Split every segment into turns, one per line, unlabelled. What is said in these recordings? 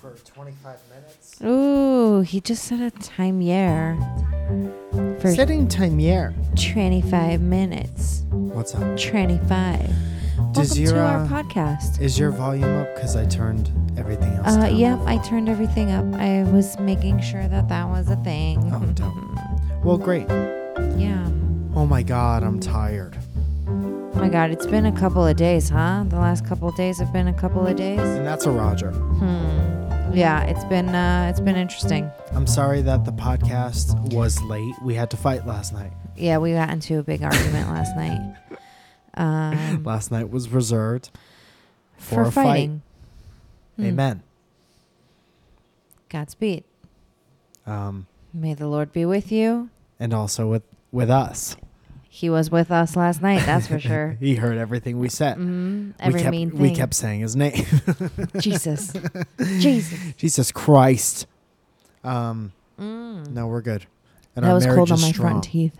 for 25 minutes.
Ooh, he just said a timeyer for
Setting timeyer.
25 minutes.
What's up?
25.
Does
Welcome
your,
to our
uh,
podcast.
Is your volume up? Because I turned everything else
Uh,
down.
yep, I turned everything up. I was making sure that that was a thing.
Oh, dope. Well, great.
yeah.
Oh my God, I'm tired.
Oh my God, it's been a couple of days, huh? The last couple of days have been a couple of days.
And that's a Roger.
Hmm. Yeah, it's been uh, it's been interesting.
I'm sorry that the podcast was late. We had to fight last night.
Yeah, we got into a big argument last night. Um,
Last night was reserved. for
for
a fight.
fighting. Hmm.
Amen.
Godspeed.
Um,
May the Lord be with you.
and also with with us.
He was with us last night, that's for sure.
He heard everything we said.
hmm Every
we kept
mean thing.
we kept saying his name.
Jesus. Jesus.
Jesus Christ. Um,
Mm.
no, we're good. And
that
our
was
marriage
cold on
is
my
strong.
front teeth.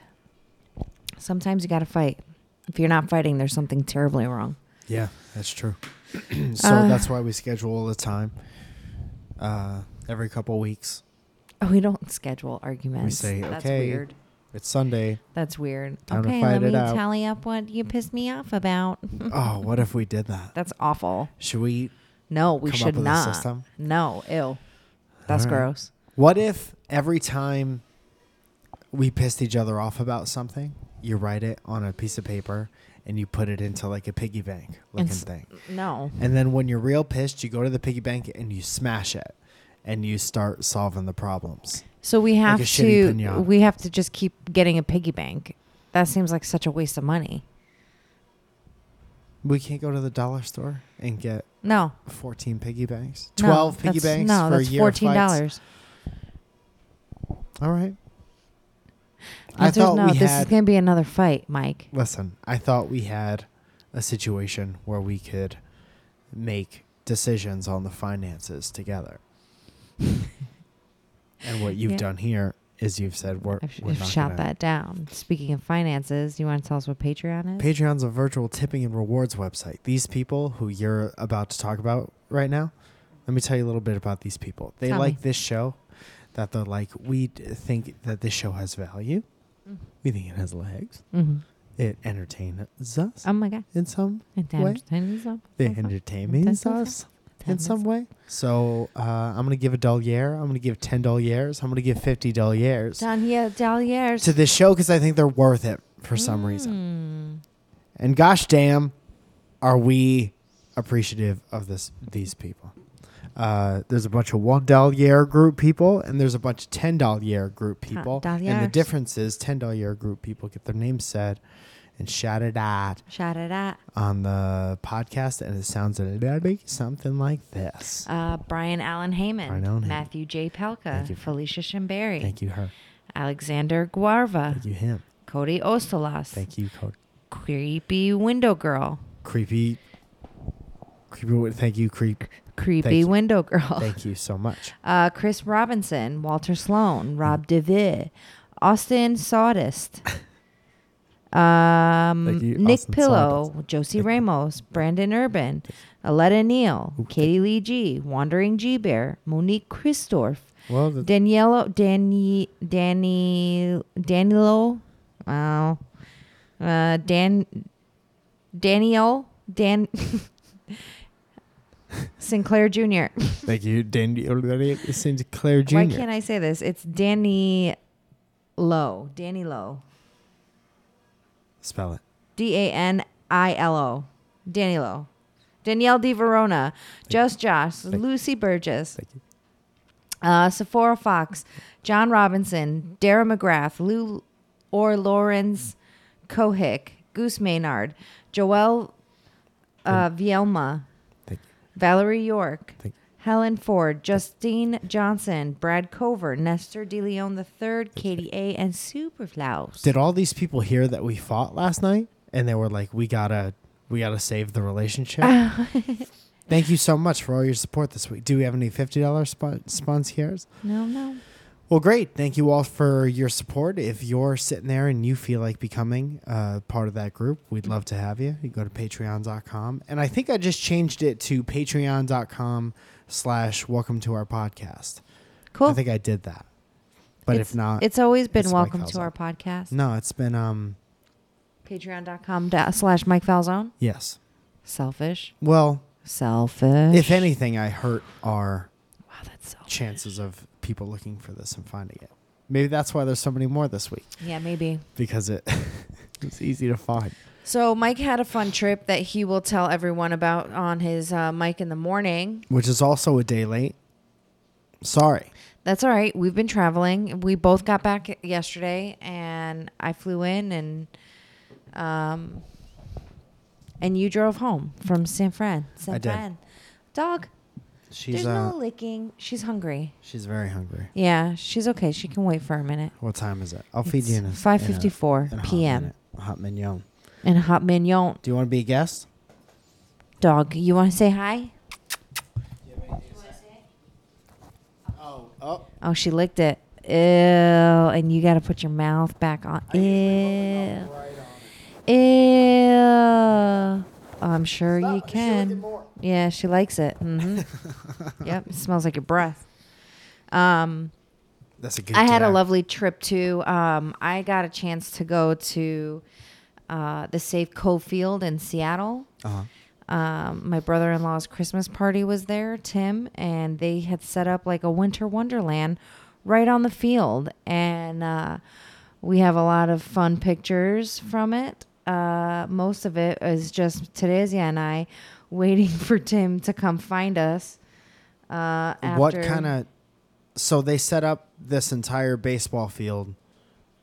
Sometimes you got to fight. If you're not fighting, there's something terribly wrong.
Yeah, that's true. so
Uh,
that's why we schedule all the time. Uh, every couple weeks.
We don't schedule arguments.
say,
That's
"Okay,
weird.
It's Sunday.
That's weird.
time to
okay,
fight
let
it
me
out."
tally up what you pissed me off about.
oh, what if we did that?
That's awful.
Should we?
No, we
Come up
should
with a
not.
system?
No, ew. That's
All right.
gross.
What if every time we pissed each other off about something, you write it on a piece of paper and you put it into like a piggy bank looking
It's-
thing.
No.
And then when you're real pissed, you go to the piggy bank and you smash it and you start solving the problems.
So we have
a shitty
to
pinata.
we have to just keep getting a piggy bank. That seems like such a waste of money.
We can't go to the dollar store and get
No.
14 piggy banks.
no,
12 piggy
that's-
banks
No,
for
that's
a year of
fourteen
fights?
dollars.
All right. I
Answer is
thought
no,
we
this
had
is gonna be another fight, Mike.
Listen, I thought we had a situation where we could make decisions on the finances together. and what you've
Yeah.
done here is you've said we're,
I've, sh-
we're
I've
not
shot
gonna-
that down. Speaking of finances, you want to tell us what Patreon is?
Patreon's a virtual tipping and rewards website. These people who you're about to talk about right now, let me tell you a little bit about these people. They
Tell me.
like this show, that they're like, we d- think that this show has value.
Mhm.
We think it has legs.
Mhm.
It entertains us
Oh my god!
in some
And
What?
entertainment is up.
the
That's up.
entertainment
Entertainment.
us in some way. So uh, I'm gonna give a dollier. I'm gonna give ten dollars. I'm gonna give fifty dollars
Down here, Daliers.
to this show because I think they're worth it for some
Mm.
reason.
reason.
And gosh damn, are we appreciative of this these people? Uh, there's a bunch of one dollar group people, and there's a bunch of ten dollar group people. And the
dollars.
difference is ten dollar group people get their names said and shouted at
Mm. Shout it out.
on the podcast, and it sounds a little bit something like this.
Uh, Brian Allen Heyman,
Brian Allen Heyman.
Matthew J. Pelka,
Thank you.
Felicia Shimberry,
Thank you, her.
Alexander Guarva,
Thank you, him.
Cody Ostolas,
Thank you, Cody.
Creepy Window Girl,
Creepy. Creepy. wi- Thank you, creep.
Creepy
you.
Window Girl,
Thank you so much.
uh, Chris Robinson, Walter Sloan, Rob DeVille, Austin Sawdust, um,
Thank you,
Nick
Austin
Pillow,
Sawdust.
Josie
Thank you.
Ramos, Brandon Urban, Aletta Neal,
Ooh,
Katie Lee G, Wandering G Bear, Monique Christorf,
Well, the,
Daniello, Danny, Danny, Danilo, wow, uh, Dan, Daniel, Dan, Sinclair Jr.
thank you, Dandy. It seems Claire Jr.
Why can't I say this? It's Danny Low, Danny Low,
Spell it.
D A N I L O, Danny Low, Danielle Di Verona, Just Josh,
Thank you.
Lucy Burgess,
Thank you.
uh, Sephora Fox, John Robinson, Dara McGrath, Lou or Lawrence Kohick, Goose Maynard, Joelle uh, Vielma,
Thank you.
Valerie York,
Thank you.
Helen Ford, Justine Johnson, Brad Cover, Nestor DeLeon III, Katie A, and Superflaus.
Did all these people hear that we fought last night? And they were like, "We gotta, we gotta save the relationship." Thank you so much for all your support this week. Do we have any fifty dollars spon- sponsors?
No, no.
Well, great. Thank you all for your support. If you're sitting there and you feel like becoming uh, part of that group, we'd love to have you. You go to patreon.com. And I think I just changed it to patreon.com slash welcome to our podcast.
Cool.
I think I did that. But
It's-
if not,
it's always been
it's Mike
welcome to
Falzone.
our podcast.
no, it's been um
Patreon.com da- slash Mike Falzone.
yes.
Selfish.
Well,
Selfish.
if anything, I hurt our
Wow, that's selfish.
chances of people looking for this and finding it. Maybe that's why there's so many more this week
Yeah, maybe.
because it it's easy to find.
So Mike had a fun trip that he will tell everyone about on his uh, Mike in the morning.
Which is also a day late. Sorry.
That's all right. We've been traveling. We both got back yesterday, and I flew in, and um, and you drove home from San Fran. San
I did.
Fran. Dog.
She's
there's
uh
no licking. She's hungry.
she's very hungry.
Yeah, she's okay. She can wait for a minute.
What time is it? I'll feed you in a- in a-
Five fifty four
in a hot
p.m.
minute. Hot mignon.
And hot mignon.
Do you want to be a guest?
Dog, you want to say hi?
Oh, oh.
Oh, she licked it. Ew. And you got to put your mouth back on. Ew. Ew. Oh, I'm sure you can. Yeah, she likes it. hmm yep. It smells like your breath. Um,
That's a good.
I had a
gag.
lovely trip too. Um, I got a chance to go to uh, the Safe Cove Field in Seattle.
Uh-huh.
Um, my brother in law's Christmas party was there, Tim, and they had set up like a winter wonderland right on the field. And uh, we have a lot of fun pictures from it. Uh, most of it is just Teresia and I waiting for Tim to come find us. Uh, after
What kind of? So they set up this entire baseball field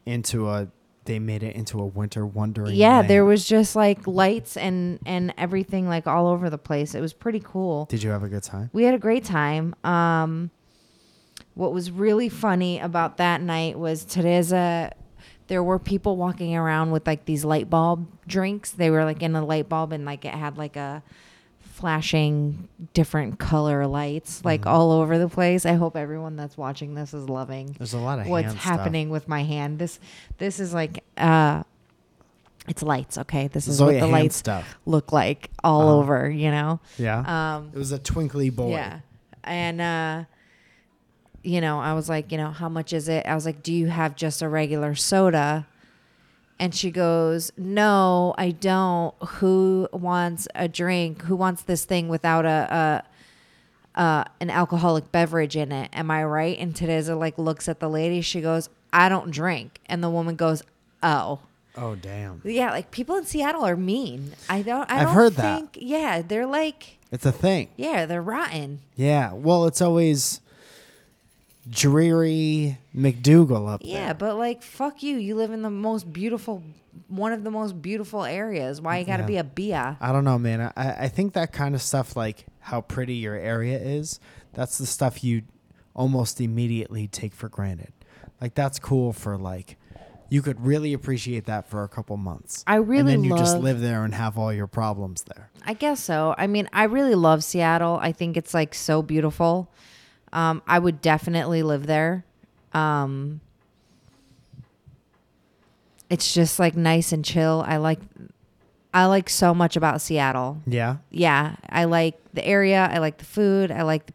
into a. They made it into a winter wondering.
yeah
land.
there was just like lights and and everything like all over the place it was pretty cool
Did you have a good time?
we had a great time um what was really funny about that night was teresa there were people walking around with like these light bulb drinks they were like in a light bulb and like it had like a flashing different color lights like
Mm-hmm.
all over the place i hope everyone that's watching this is loving
There's a lot of
what's
hand stuff.
happening with my hand. This this is like uh it's lights, okay? This
This
is
is all
what
your
the
hand
lights
stuff.
look like all
Uh-huh.
over, you know.
Yeah.
Um
it was a twinkly boy.
yeah. And uh you know, I was like, you know, how much is it? I was like, do you have just a regular soda? And she goes, "No, I don't. Who wants a drink? Who wants this thing without a, a uh, an alcoholic beverage in it? Am I right?" And Teresa like looks at the lady. She goes, "I don't drink." And the woman goes, "Oh."
Oh damn.
Yeah, like people in Seattle are mean. I don't. I
I've
don't
heard that.
think, Yeah, they're like,
It's a thing.
yeah, they're rotten.
Yeah. Well, it's always dreary McDougal up
Yeah,
there.
but like, fuck you. You live in the most beautiful, one of the most beautiful areas. Why you gotta
Yeah.
be a bia?
I don't know, man. I- I, I think that kind of stuff, like how pretty your area is, that's the stuff you almost immediately take for granted. Like that's cool for like you could really appreciate that for a couple months.
I really
and then you just
love-
live there and have all your problems there.
I guess so. I mean, I really love Seattle. I think it's like so beautiful. Um, I would definitely live there. Um, it's just like nice and chill. I like, I like so much about Seattle.
Yeah.
Yeah, I like the area. I like the food. I like, the,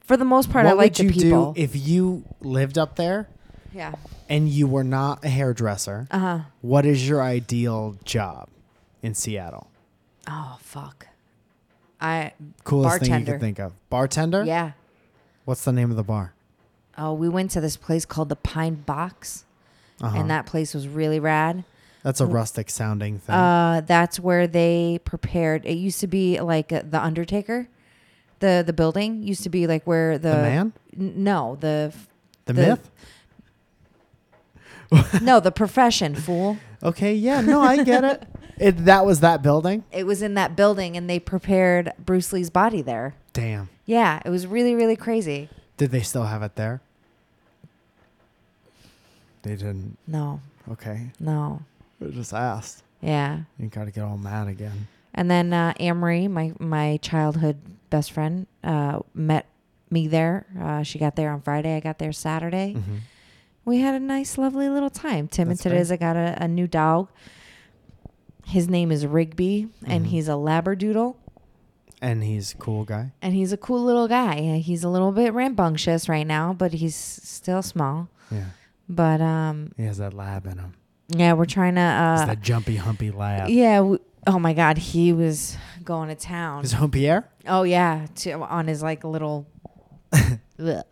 for the most part, I
what
like
would you
the people.
do if you lived up there
yeah.
and you were not a hairdresser?
Uh huh.
What is your ideal job in Seattle?
Oh fuck. I
Coolest thing you
Bartender.
could think of. Bartender?
yeah.
What's the name of the bar?
Oh, we went to this place called the Pine Box,
Uh-huh.
and that place was really rad.
That's
Oh.
a rustic sounding thing.
Uh, that's where they prepared. It used to be like uh, the Undertaker, the the building used to be like where the,
the man?
N- no, the f-
The,
Uh, the-
myth?
no, the profession fool.
Okay, yeah, no, I get it. it. That was that building?
It was in that building, and they prepared Bruce Lee's body there.
Damn.
Yeah, it was really really crazy.
Did they still have it there? They didn't.
No,
Okay.
no,
I just asked.
yeah.
You gotta get all mad again.
And then uh, Amory, my my childhood best friend, uh, met me there. Uh, she got there on Friday. I got there Saturday.
Mhm.
We had a nice, lovely little time. Tim
That's
and
great.
Teresa got a, a new dog. His name is Rigby, and
Mhm.
he's a Labradoodle.
And he's a cool guy.
and he's a cool little guy. Uh, He's a little bit rambunctious right now, but he's still small.
Yeah.
But um,
He has that lab in him.
yeah, we're trying to.
It's
Uh,
that jumpy, humpy lab.
yeah. We, oh my God, he was going to town.
Is Home Pierre?
Oh yeah, to, on his like little. Ugh.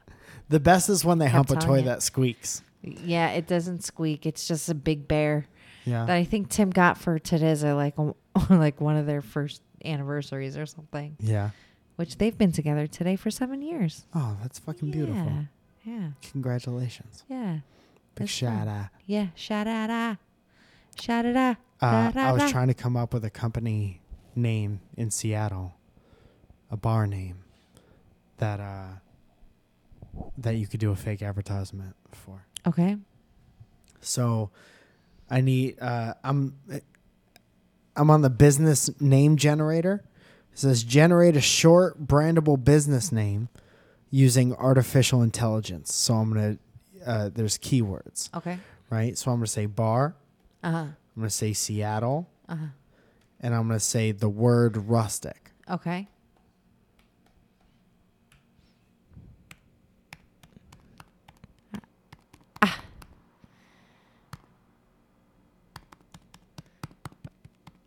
The best is when they
Kept
hump a
telling
toy
you.
that squeaks.
Yeah, it doesn't squeak. It's just a big bear
Yeah.
that I think Tim got for Teresa, like on- like one of their first anniversaries or something,
yeah.
which they've been together today for seven years.
Oh, that's fucking beautiful.
Yeah. Yeah.
Congratulations.
Yeah.
Big
That's
shout
fun.
out.
Yeah, shout out, ah, shout it out.
Uh,
da, da,
I was
da.
trying to come up with a company name in Seattle, a bar name that uh, that you could do a fake advertisement for.
Okay.
So I need uh, I'm I'm on the business name generator. It says generate a short brandable business name using artificial intelligence. So I'm gonna uh, there's keywords,
Okay.
right? So I'm gonna say bar.
Uh huh.
I'm gonna say Seattle,
Uh
and I'm gonna say the word rustic.
huh. Okay.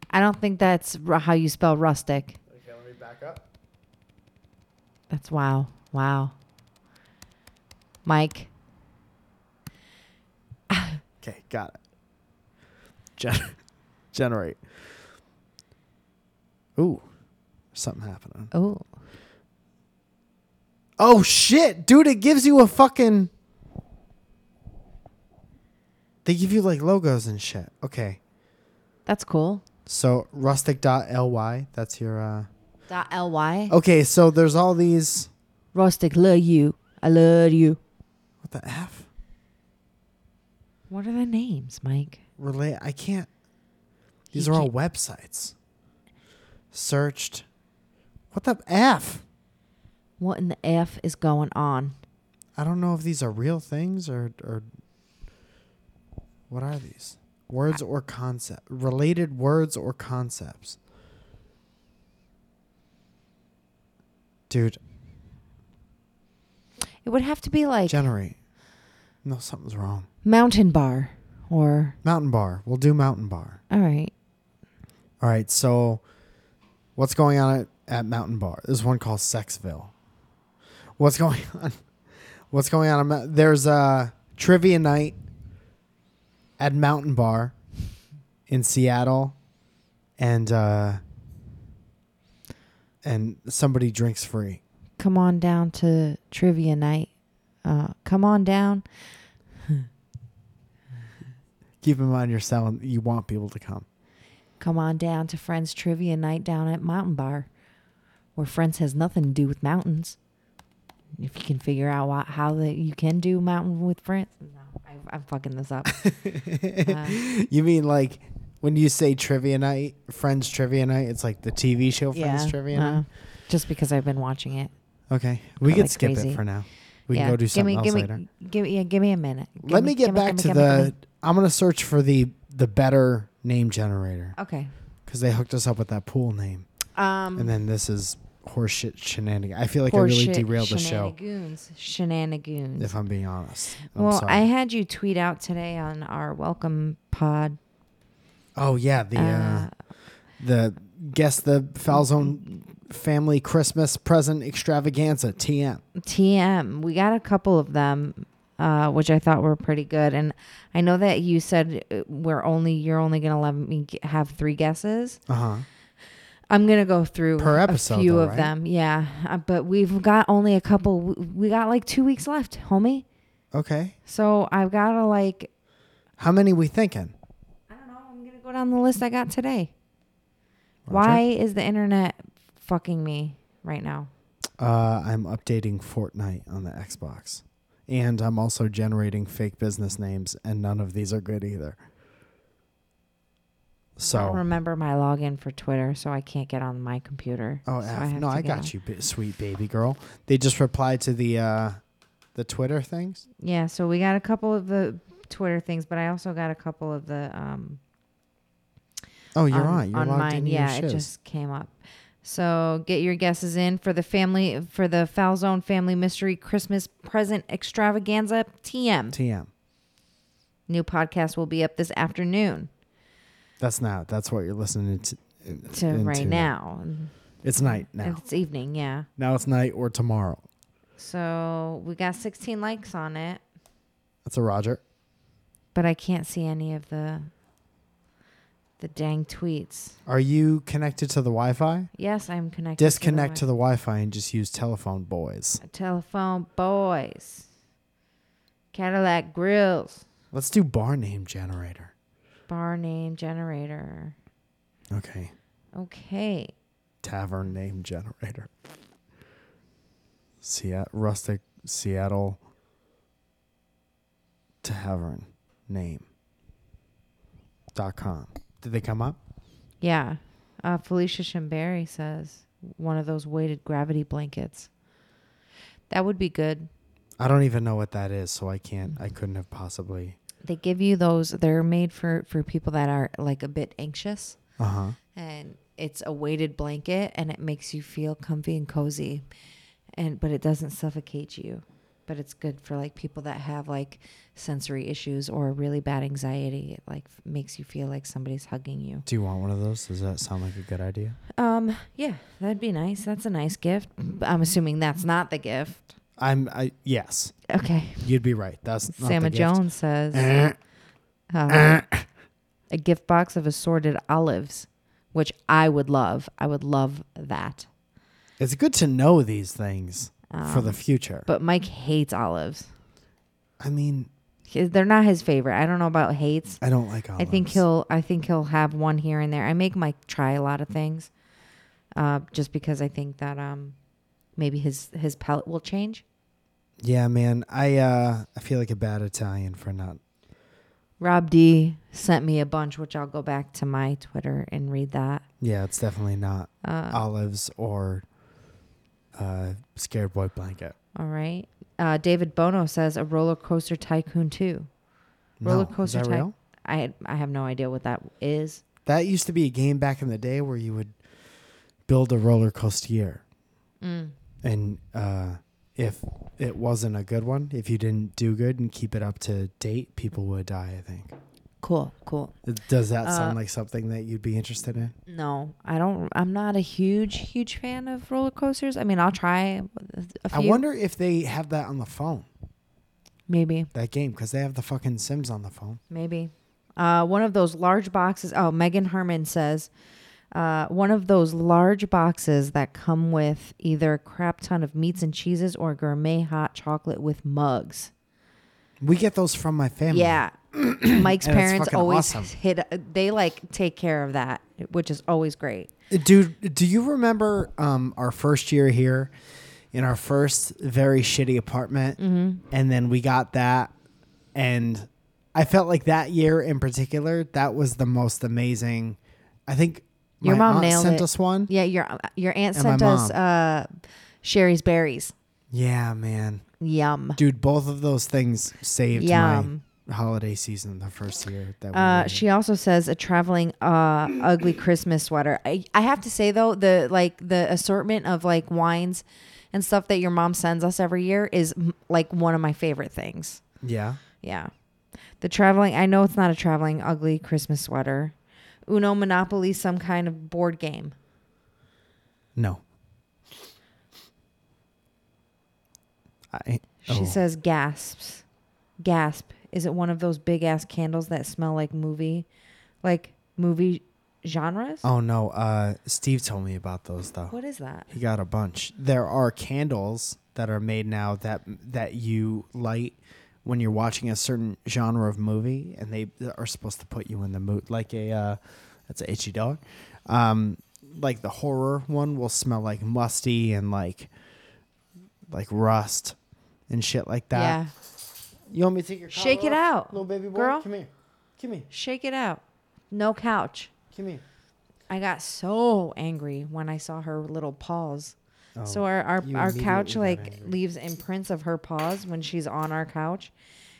I don't think that's ru- how you spell rustic.
Okay, let me back up.
That's wow. Wow. Mike.
Okay, got it. Gen- generate. Ooh, something happening.
Oh.
Oh shit, dude! It gives you a fucking. They give you like logos and shit. Okay,
That's cool.
so rustic.ly. That's your. uh
Dot ly.
Okay, so there's all these.
Oh. Rustic, love you. I love you.
What the f?
What are the names, Mike?
Relate. I can't. These
You
are all websites. Searched. What the f?
What in the F is going on?
I don't know if these are real things or or what are these? Words or concept related words or concepts. Dude,
It would have to be like
generate. No, something's wrong.
Mountain Bar or.
Mountain bar. We'll do mountain bar.
All right.
All right, so what's going on at, at Mountain Bar? There's one called Sexville. What's going on? What's going on? at Mou- There's a trivia night at Mountain Bar in Seattle, and uh, and somebody drinks free.
Come on down to trivia night. Uh, come on down.
Keep in mind, you're selling. You want people to come.
Come on down to Friends Trivia Night down at Mountain Bar, where Friends has nothing to do with mountains. If you can figure out why, how that you can do mountain with friends. No, I, I'm fucking this up. Uh,
You mean like when you say trivia night, Friends trivia night? It's like the TV show Friends
yeah,
trivia
uh,
night.
just because I've been watching it.
Okay, we
But
could
like
skip
crazy.
it for now. We
yeah.
can go do something
give me,
else
give
later.
Me, give, yeah, give me a minute. Give
Let me, get
give
back
give
to
give
the.
give
I'm gonna search for the the better name generator
me- Okay.
because they hooked us up with that pool name,
Um,
and then this is horseshit shenanigans. I feel like I really
horseshit
derailed the show.
Shenanigans. Shenanigans.
If I'm being honest, I'm
well,
sorry.
I had you tweet out today on our welcome pod.
oh yeah, the uh, the guess the Falzone family Christmas present extravaganza TM.
uh, TM. We got a couple of them, uh, which I thought were pretty good. And I know that you said uh, we're only you're only gonna let me g- have three guesses.
Uh huh.
I'm gonna go through
Per
a
episode,
few
though,
of
right?
them. Yeah, uh, but we've got only a couple. w- We got like two weeks left, homie.
Okay,
So I've gotta like
how many we thinking?
I don't know. I'm gonna go down the list I got today.
Roger.
Why is the internet fucking me right now?
Uh, I'm updating Fortnite on the Xbox. And I'm also generating fake business names, and none of these are good either.
I don't
So,
remember my login for Twitter, so I can't get on my computer.
oh,
So
F.
have
no,
to
I
get on-
got you, ba- sweet baby girl. They just replied to the uh, the Twitter things.
Yeah, so we got a couple of the Twitter things, but I also got a couple of the um.
Oh, you're
on,
right. Oh, You're
on
logged
mine.
into
Yeah,
your
it
shiz.
just came up. So get your guesses in for the family for the Foul Zone Family Mystery Christmas Present Extravaganza TM.
TM.
New podcast will be up this afternoon
That's not. That's what you're listening to.
to
into.
right now. And
It's night now.
It's evening, yeah.
Now it's night or tomorrow.
So we got 16 likes on it,
That's a Roger.
but I can't see any of the the dang tweets.
Are you connected to the Wi-Fi?
Yes, I'm connected.
Disconnect
to
to
the,
the Wi-Fi and just use telephone boys.
wi- telephone boys. Cadillac grills.
Let's do bar name generator.
Bar name generator.
Okay.
Okay.
Tavern name generator. Seattle rustic Seattle tavern name dot com. Did they come up?
Yeah. Uh, Felicia Shimberry says one of those weighted gravity blankets. That would be good.
I don't even know what that is, so I can't. I couldn't have possibly.
They give you those. They're made for for people that are like a bit anxious,
Uh huh.
and it's a weighted blanket, and it makes you feel comfy and cozy, and but it doesn't suffocate you. But it's good for like people that have like sensory issues or really bad anxiety. It like f- makes you feel like somebody's hugging you.
Do you want one of those? Does that sound like a good idea?
Um, yeah, that'd be nice. That's a nice gift. I'm assuming that's not the gift.
I'm. I yes.
Okay.
You'd be right. That's not
Sam
the gift.
Jones says
Eh,
uh, a gift box of assorted olives, which I would love. I would love that.
It's good to know these things for the future.
Um, But Mike hates olives.
I mean,
He- They're not his favorite. I don't know about hates.
I don't like olives.
I think he'll. I think he'll have one here and there. I make Mike try a lot of things, uh, just because I think that um, maybe his his palate will change.
Yeah, man. I uh, I feel like a bad Italian for not.
Rob D sent me a bunch, which I'll go back to my Twitter and read that.
Yeah, it's definitely not
Uh,
olives or uh, scared boy blanket.
all right. Uh, David Bono says a roller coaster tycoon too. Roller
no.
coaster
Is that
type.
real?
I I have no idea what that is.
That used to be a game back in the day where you would build a roller coaster.
Mm.
and uh, if it wasn't a good one, if you didn't do good and keep it up to date, people would die. I think.
Cool, cool.
Does that sound
Uh,
like something that you'd be interested in?
No, I don't. I'm not a huge, huge fan of roller coasters. I mean, I'll try a
I
few,
wonder if they have that on the phone,
maybe,
that game, because they have the fucking Sims on the phone.
maybe. Uh, one of those large boxes. Oh, Megan Herman says, uh, one of those large boxes that come with either a crap ton of meats and cheeses or gourmet hot chocolate with mugs.
We get those from my family.
Yeah. Mike's
And it's
parents
fucking
always
awesome.
hit. They like take care of that, which is always great.
Dude, do you remember um, our first year here in our first very shitty apartment?
Mm-hmm.
And then we got that. And I felt like that year in particular, that was the most amazing. I think
Your
my
mom
aunt
nailed
sent
it.
us one.
Yeah, your your aunt
And my
sent us uh, Sherry's berries.
Yeah, man.
Yum.
Dude, both of those things saved
Yum.
my holiday season the first year that we
Uh,
were
she also says a traveling uh, ugly Christmas sweater. I, I have to say though the like the assortment of like wines and stuff that your mom sends us every year is m- like one of my favorite things.
here. Yeah.
Yeah. The traveling, I know it's not a traveling ugly Christmas sweater. Uno Monopoly, some kind of board game.
No. I,
She
oh.
says gasps. Gasp. Is it one of those big ass candles that smell like movie, like movie genres?
Oh no, uh Steve told me about those though.
What is that?
He got a bunch. There are candles that are made now that that you light when you're watching a certain genre of movie and they are supposed to put you in the mood like a uh that's a itchy dog. Um like the horror one will smell like musty and like like rust and shit like that.
Yeah.
You want me to take your
Shake
collar
it
off,
out,
Little baby boy,
girl.
come here. Come here.
Shake it out. No couch.
Come here.
I got so angry when I saw her little paws. so our our,
Oh, you
our
immediately
couch
got
like
angry.
leaves imprints of her paws when she's on our couch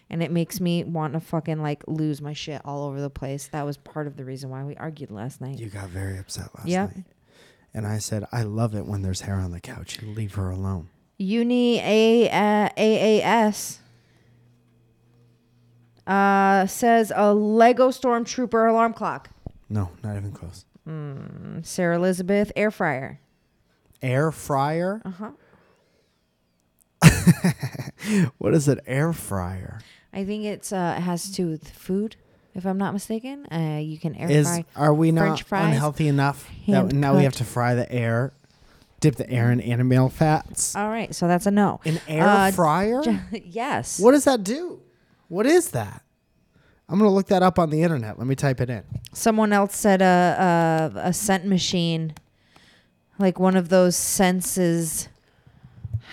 and it makes me want to fucking like lose my shit all over the place. That was part of the reason why we argued last night.
You got very upset last
Yeah.
night. And I said, I love it when there's hair on the couch. Leave her alone.
Uni A uh, AAS uh, says a Lego Stormtrooper alarm clock.
No, not even close.
Sarah Elizabeth air fryer.
Air fryer?
Uh huh.
What is an air fryer?
I think it's uh it has to do with food, if I'm not mistaken. Uh, you can air
is
fry.
are we
French
not
fries,
unhealthy enough that now we have
hand-cut.
to fry the air, dip the air in animal fats?
All right, so that's a no.
An air
Uh,
fryer?
yes.
What does that do? What is that? I'm gonna look that up on the internet. Let me type it in.
Someone else said a, a a scent machine, like one of those senses,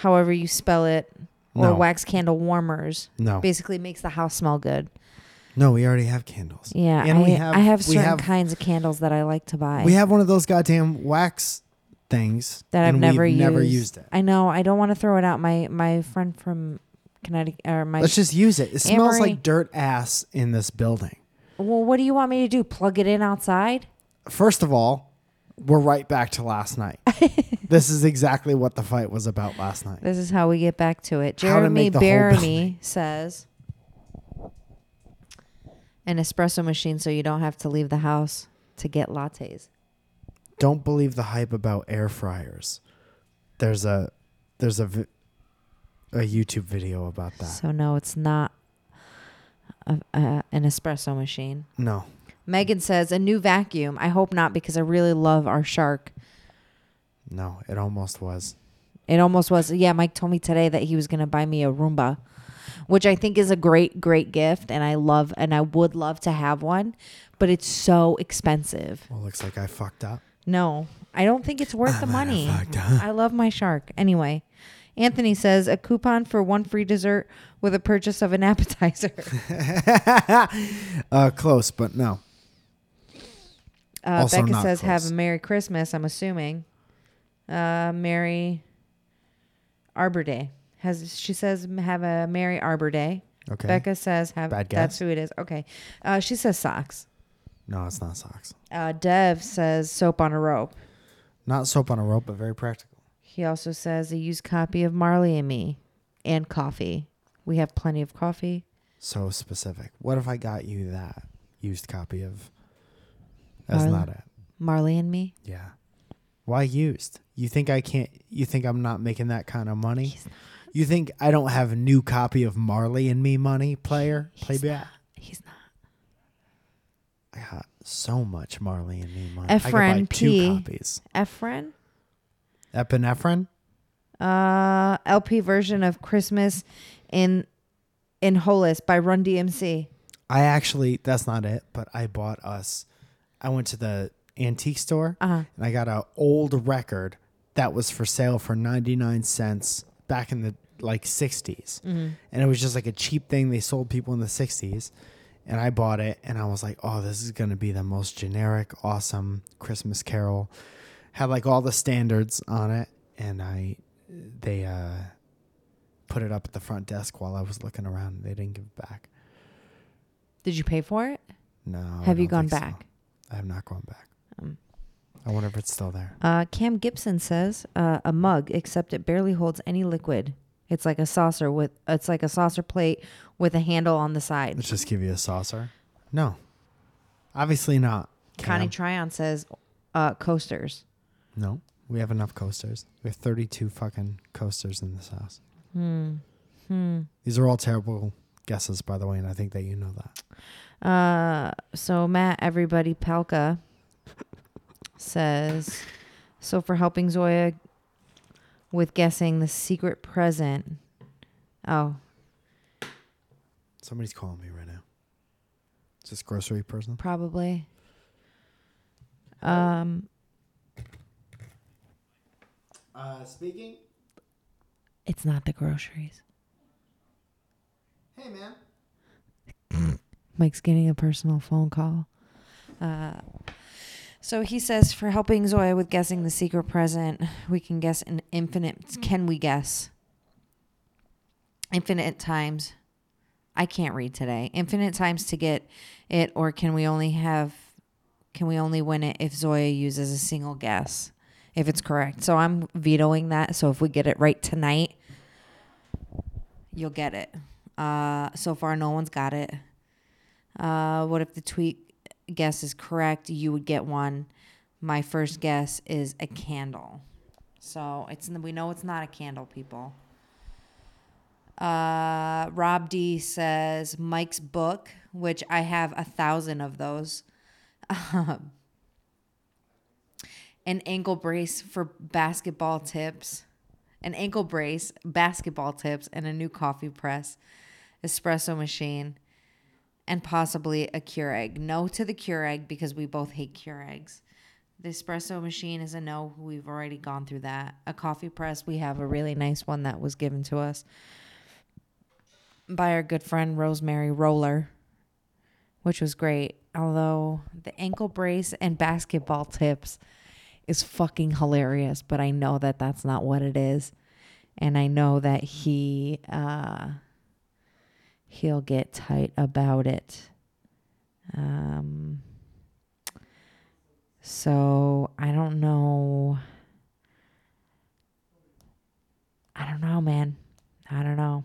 however you spell it, or
No.
wax candle warmers.
No,
Basically, makes the house smell good.
no, we already have candles.
Yeah,
and
I,
we have
I have
we
certain
have,
kinds of candles that I like to buy
We have one of those goddamn wax things
that I've
and
never
we've
used.
never used it.
I know. I don't want to throw it out. My my friend from Connecticut or my
Let's just use it. It smells
Amory.
like dirt ass in this building.
Well, what do you want me to do? Plug it in outside?
First of all, we're right back to last night. this is exactly what the fight was about last night.
This is how we get back to it.
How to
Jeremy
make the whole
Baramy says an espresso machine so you don't have to leave the house to get lattes.
Don't believe the hype about air fryers. There's a there's a vi- a YouTube video about that.
So no, it's not a, a, an espresso machine.
No.
Megan says a new vacuum. I hope not because I really love our shark.
No, it almost was.
It almost was. Yeah, Mike told me today that he was going to buy me a Roomba, which I think is a great, great gift. And I love, and I would love to have one, but it's so expensive.
Well, looks like I fucked up.
No, I don't think it's worth the money.
fucked up.
I love my shark. Anyway, Anthony says a coupon for one free dessert with a purchase of an appetizer.
Uh, close, but no.
Uh,
Also
Becca
not
says, "Have
close.
a Merry Christmas." I'm assuming. Uh, Merry Arbor Day. Has she says have a Merry Arbor Day?
Okay.
Becca says have.
Bad
That's
guess.
who it is. Okay. Uh, she says socks.
No, it's not socks.
Uh, Dev says soap on a rope.
Not soap on a rope, but very practical.
He also says a used copy of Marley and Me, and coffee. We have plenty of coffee.
So specific. What if I got you that used copy of? That's
Marla?
not it.
Marley and Me.
Yeah. Why used? You think I can't? You think I'm not making that kind of money? You think I don't have a new copy of Marley and Me money player playback?
He's not.
I got so much Marley and Me money.
A
I could buy
friend
two
P.
copies.
Efren.
Epinephrine.
uh, LP version of Christmas in in Hollis by Run DMC.
I actually that's not it, but I bought us. I went to the antique store
Uh-huh.
and I got an old record that was for sale for ninety nine cents back in the like 60s and it was just like a cheap thing they sold people in the sixties, and I bought it and I was like, oh, this is gonna be the most generic, awesome Christmas Carol. Had like all the standards on it, and I they uh, put it up at the front desk while I was looking around. They didn't give it back.
Did you pay for it?
No. I
Have you
don't
gone
think so.
back? Um,
I have not gone back. I wonder if it's still there.
Uh, Cam Gibson says uh, a mug, except it barely holds any liquid. It's like a saucer with it's like a saucer plate with a handle on the side.
Let's just give you a saucer. No, obviously not.
Connie
Cam.
Tryon says uh, coasters.
no, we have enough coasters. We have thirty-two fucking coasters in this house. Hmm. These are all terrible guesses, by the way, and I think that you know that.
Uh, so Matt, everybody, Palka says, so for helping Zoya with guessing the secret present. Oh,
Somebody's calling me right now. Is this grocery person?
probably. Um,
Uh, speaking.
it's not the groceries.
Hey, man.
Mike's getting a personal phone call. Uh, so he says for helping Zoya with guessing the secret present, we can guess an infinite. Can we guess infinite times? I can't read today. Infinite times to get it, or can we only have? Can we only win it if Zoya uses a single guess? if it's correct. So I'm vetoing that. So if we get it right tonight, you'll get it. Uh, so far, no one's got it. Uh, what if the tweet guess is correct? You would get one. My first guess is a candle. So it's we know it's not a candle, people. Uh, Rob D says Mike's book, which I have a thousand of those. Um, an ankle brace for basketball tips, an ankle brace, basketball tips, and a new coffee press, espresso machine, and possibly a Keurig. No to the Keurig because we both hate Keurigs. The espresso machine is a no. We've already gone through that. A coffee press, we have a really nice one that was given to us by our good friend Rosemary Roller, which was great. Although the ankle brace and basketball tips is fucking hilarious, but I know that that's not what it is. And I know that he uh, he'll get tight about it. Um, so I don't know. I don't know, man. I don't know.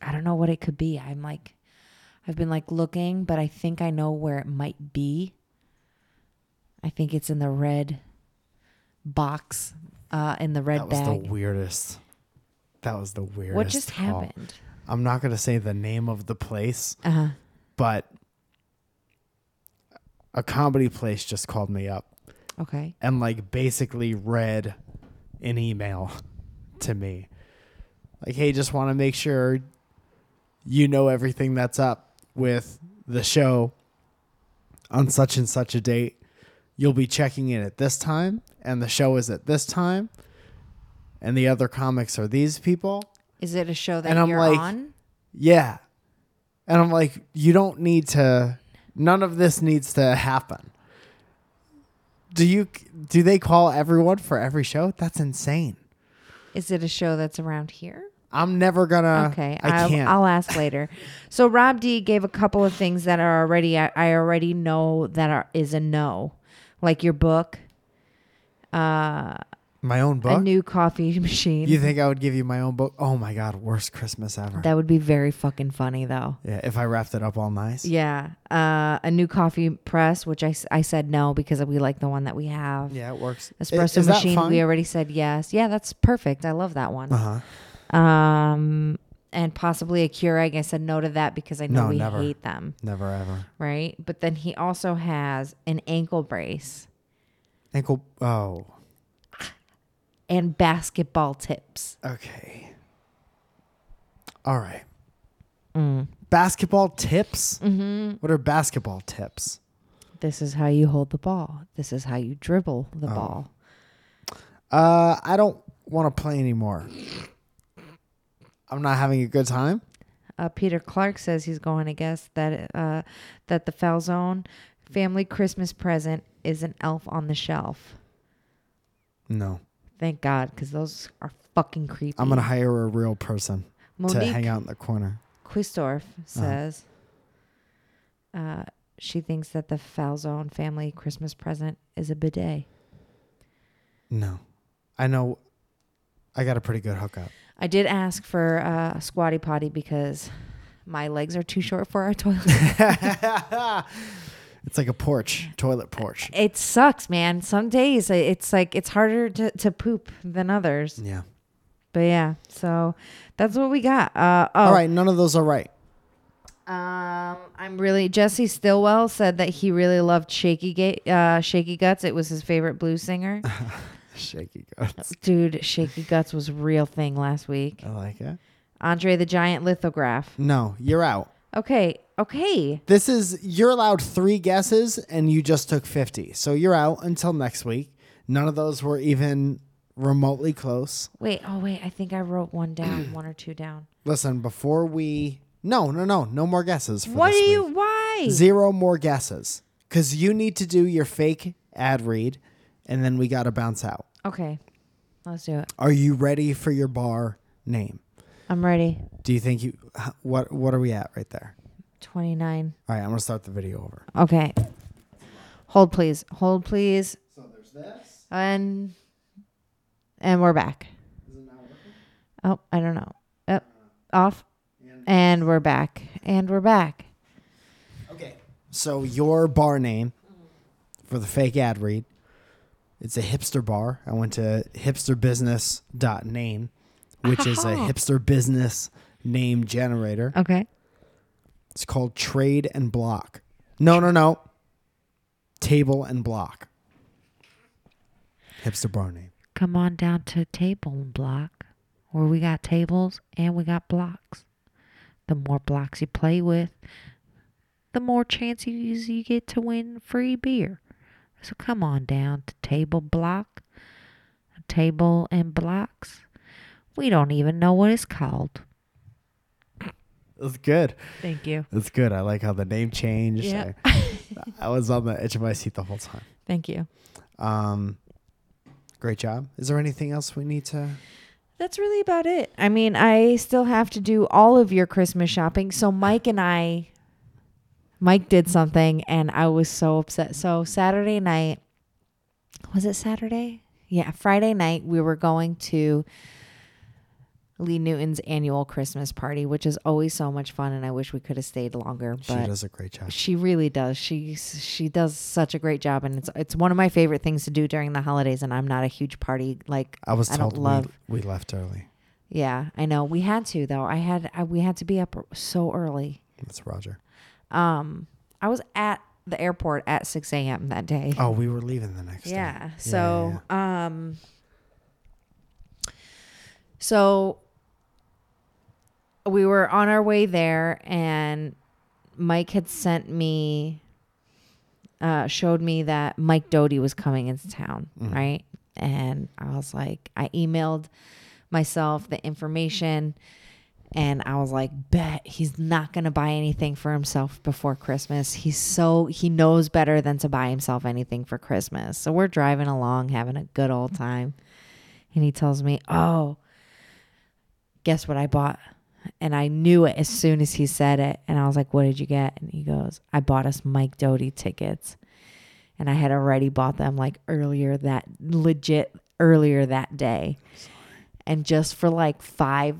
I don't know what it could be. I'm like, I've been like looking, but I think I know where it might be. I think it's in the red box, uh, in the red
That was
bag.
the weirdest. That was the weirdest.
what just
call.
happened?
I'm not gonna say the name of the place,
Uh huh.
but a comedy place just called me up
Okay.
and like basically read an email to me. Like, hey, just want to make sure you know everything that's up with the show on such and such a date. You'll be checking in at this time, and the show is at this time, and the other comics are these people.
Is it a show that
And I'm
you're
like-
on?
Yeah. And I'm like, you don't need to, none of this needs to happen. Do you, do they call everyone for every show? That's insane.
Is it a show that's around here?
I'm never gonna,
Okay,
Uh, I
I'll,
can't.
I'll ask later. So Rob D gave a couple of things that are already I, I already know that are is a no, like your book, uh,
my own
a
book.
new coffee machine.
you think I would give you my own book? Oh my God, worst Christmas ever.
that would be very fucking funny though.
yeah, if I wrapped it up all nice.
Yeah, uh, a new coffee press, which I, s- I said no because we like the one that we have.
Yeah, it works. I-
Espresso
is that
machine,
fine?
we already said yes. Yeah, that's perfect. I love that one.
Uh-huh.
Um, and possibly a Keurig. I said no to that because I know
No,
we
never.
hate them.
Never ever.
right? But then he also has an ankle brace
Ankle, oh,
and basketball tips.
okay. All right.
Mm.
Basketball tips? Mm-hmm. What are basketball tips?
This is how you hold the ball. This is how you dribble the
Oh.
ball.
Uh, I don't want to play anymore. I'm not having a good time.
Uh, Peter Clark says he's going to guess that uh, that the Falzone family Christmas present is an elf on the shelf.
No,
Thank God, because those are fucking creepy.
I'm gonna hire a real person to
Monique
hang out in the corner.
Quistorf
Uh-huh.
says uh, she thinks that the Falzone family Christmas present is a bidet.
No, I know. I got a pretty good hookup.
I did ask for uh, a squatty potty because my legs are too short for our toilet.
It's like a porch, toilet porch.
it sucks, man. Some days I- it's like it's harder to, to poop than others.
Yeah.
But yeah, so that's what we got. Uh, oh,
All right, none of those are right.
um, I'm really Jesse Stillwell said that he really loved Shaky Ga- uh, Shaky Guts. It was his favorite blues singer.
Shaky guts.
Dude, Shaky Guts was a real thing last week.
I like it.
Andre the Giant lithograph.
No, you're out.
Okay, okay.
This is you're allowed three guesses and you just took 50. So you're out until next week. None of those were even remotely close.
Wait, oh wait, I think I wrote one down, one or two down.
Listen, before we no, no, no, no more guesses. For
What
this
do you?
week.
Why?
Zero more guesses, because you need to do your fake ad read, and then we got to bounce out.
okay, let's do it.
Are you ready for your bar name?
I'm ready.
Do you think you h- what what are we at right there?
Twenty nine.
All right, I'm gonna start the video over.
Okay. Hold please. Hold please.
So there's this.
And and we're back. Oh, I don't know. Oh,
Uh,
off. And we're back. And we're back.
Okay. So your bar name for the fake ad read, it's a hipster bar. I went to hipsterbusiness.name, which is a
Oh.
hipster business name generator.
Okay.
It's called Trade and Block. No, no, no. Table and Block. Hipster bar name.
Come on down to table and block where we got tables and we got blocks. The more blocks you play with, the more chances you get to win free beer. So come on down to table block, table and blocks. We don't even know what it's called.
That's good.
Thank you.
That's good. I like how the name changed.
Yeah.
I, I was on the edge of my seat the whole time.
Thank you.
Um, great job. Is there anything else we need to?
That's really about it. I mean, I still have to do all of your Christmas shopping. So Mike and I Mike did something and I was so upset. So Saturday night was it Saturday? Yeah, Friday night we were going to Lee Newton's annual Christmas party, which is always so much fun and I wish we could have stayed longer,
She
but
does a great job.
she really does. She she does such a great job, and it's it's one of my favorite things to do during the holidays. And I'm not a huge party like
I was
I
told
don't love.
we, we left early.
Yeah, I know. We had to though. I had I, we had to be up so early.
That's Roger.
Um, I was at the airport at six a.m. that day.
Oh, we were leaving the next day.
yeah. So, um, so we were on our way there, and Mike had sent me, uh, showed me that Mike Doty was coming into town, right? And I was like, I emailed myself the information. And I was like, bet he's not going to buy anything for himself before Christmas. He's so, he knows better than to buy himself anything for Christmas. So we're driving along, having a good old time. And he tells me, oh, guess what I bought? And I knew it as soon as he said it. And I was like, what did you get? And he goes, I bought us Mike Doty tickets. And I had already bought them like earlier that, legit earlier that day and just for like five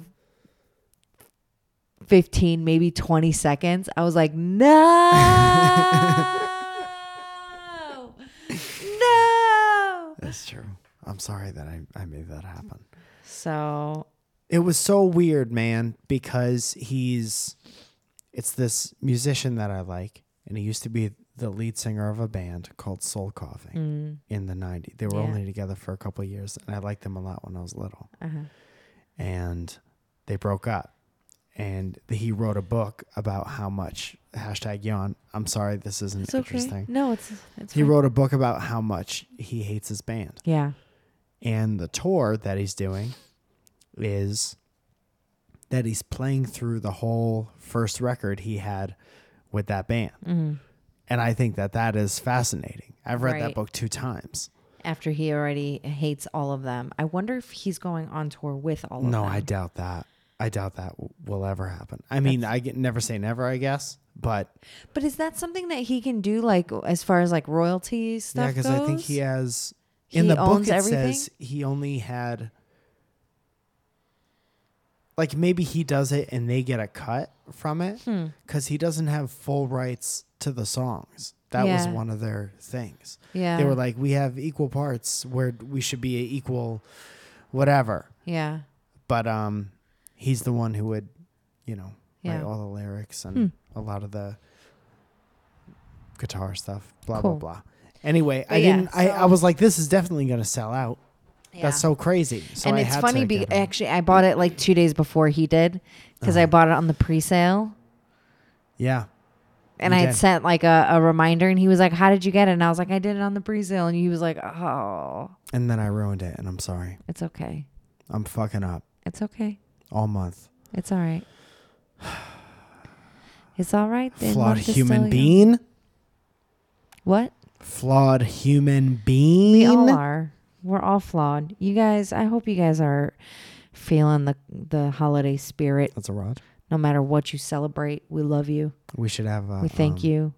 15 maybe 20 seconds i was like no no
That's true. I'm sorry that I, I made that happen.
Mm-hmm. so
It was so weird, man, because he's it's this musician that I like, and he used to be the lead singer of a band called Soul Coughing in the 90s. They were
Mm. Yeah.
only together for a couple of years, and I liked them a lot when I was little.
uh-huh.
And they broke up. And he wrote a book about how much hashtag yawn. I'm sorry, this isn't
it's
interesting.
okay no it's it's
He
fine.
wrote a book about how much he hates his band
yeah
and the tour that he's doing is that he's playing through the whole first record he had with that band and i think that that is fascinating i've read that
Mm-hmm. Right.
book two times
after he already hates all of them i wonder if he's going on tour with all of
no
them
i doubt that i doubt that w- will ever happen i mean i get never say never i guess but
but is that something that he can do like as far as like royalties
yeah
stuff
because
because
i think he has in
He
the book
owns
it
everything?
says he only had like maybe he does it and they get a cut from it
Hmm.
because he doesn't have full rights to the songs that was
Yeah.
one of their things
yeah
they were like we have equal parts where we should be a equal whatever
yeah
but um he's the one who would you know write
Yeah. Hmm.
all the lyrics and a lot of the guitar stuff blah
Cool.
blah blah anyway i
But yeah,
didn't I, I
so-
was like this is definitely gonna sell out
Yeah.
that's so crazy so
and
I
it's
had
funny
to
because
get him. Uh-huh.
actually I bought it like two days before he did because I bought it on the pre-sale
yeah
and
You
I had
did.
sent like a, a reminder and he was like, "How did you get it?" And I was like, "I did it on the pre-sale," and he was like, "Oh,
and then i ruined it and i'm sorry
it's okay,
i'm fucking up
it's okay,
all month
it's all right, it's all right." Then
flawed
month is
human
still young."
being
What
flawed human being
we all are, we're all flawed. You guys, I hope you guys are feeling the the holiday spirit.
that's a rod
No matter what you celebrate, we love you.
we should have uh,
We thank
um,
you.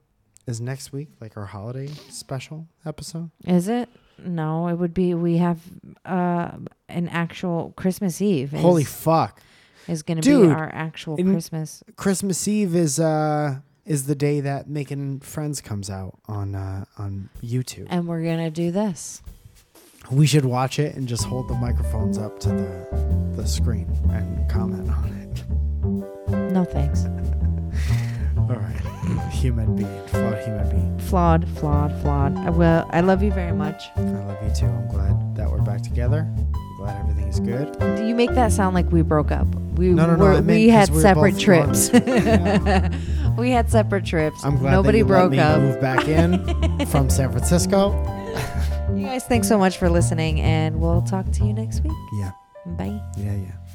is next week like our holiday special episode
Is it? No, it would be we have uh an actual Christmas Eve. Is,
Holy fuck!
is going to be
dude,
our actual
in-
Christmas.
Christmas Eve is uh is the day that Making Friends comes out on uh, on YouTube.
And we're going to do this.
We should watch it and just hold the microphones up to the the screen and comment on it.
No thanks.
All right, human being, flawed human being.
Flawed, flawed, flawed. I will. I love you very much.
I love you too. I'm glad that we're back together. I'm glad everything is good.
You make that sound like we broke up. We
No, no, no.
were,
I meant
we
'cause
had
we were
separate
both flawed
trips.
this week. Yeah.
we had separate trips.
I'm glad
nobody
that you
broke
let me
up.
move back in from San Francisco.
You guys, thanks so much for listening, and we'll talk to you next week.
Yeah,
Bye.
yeah, yeah.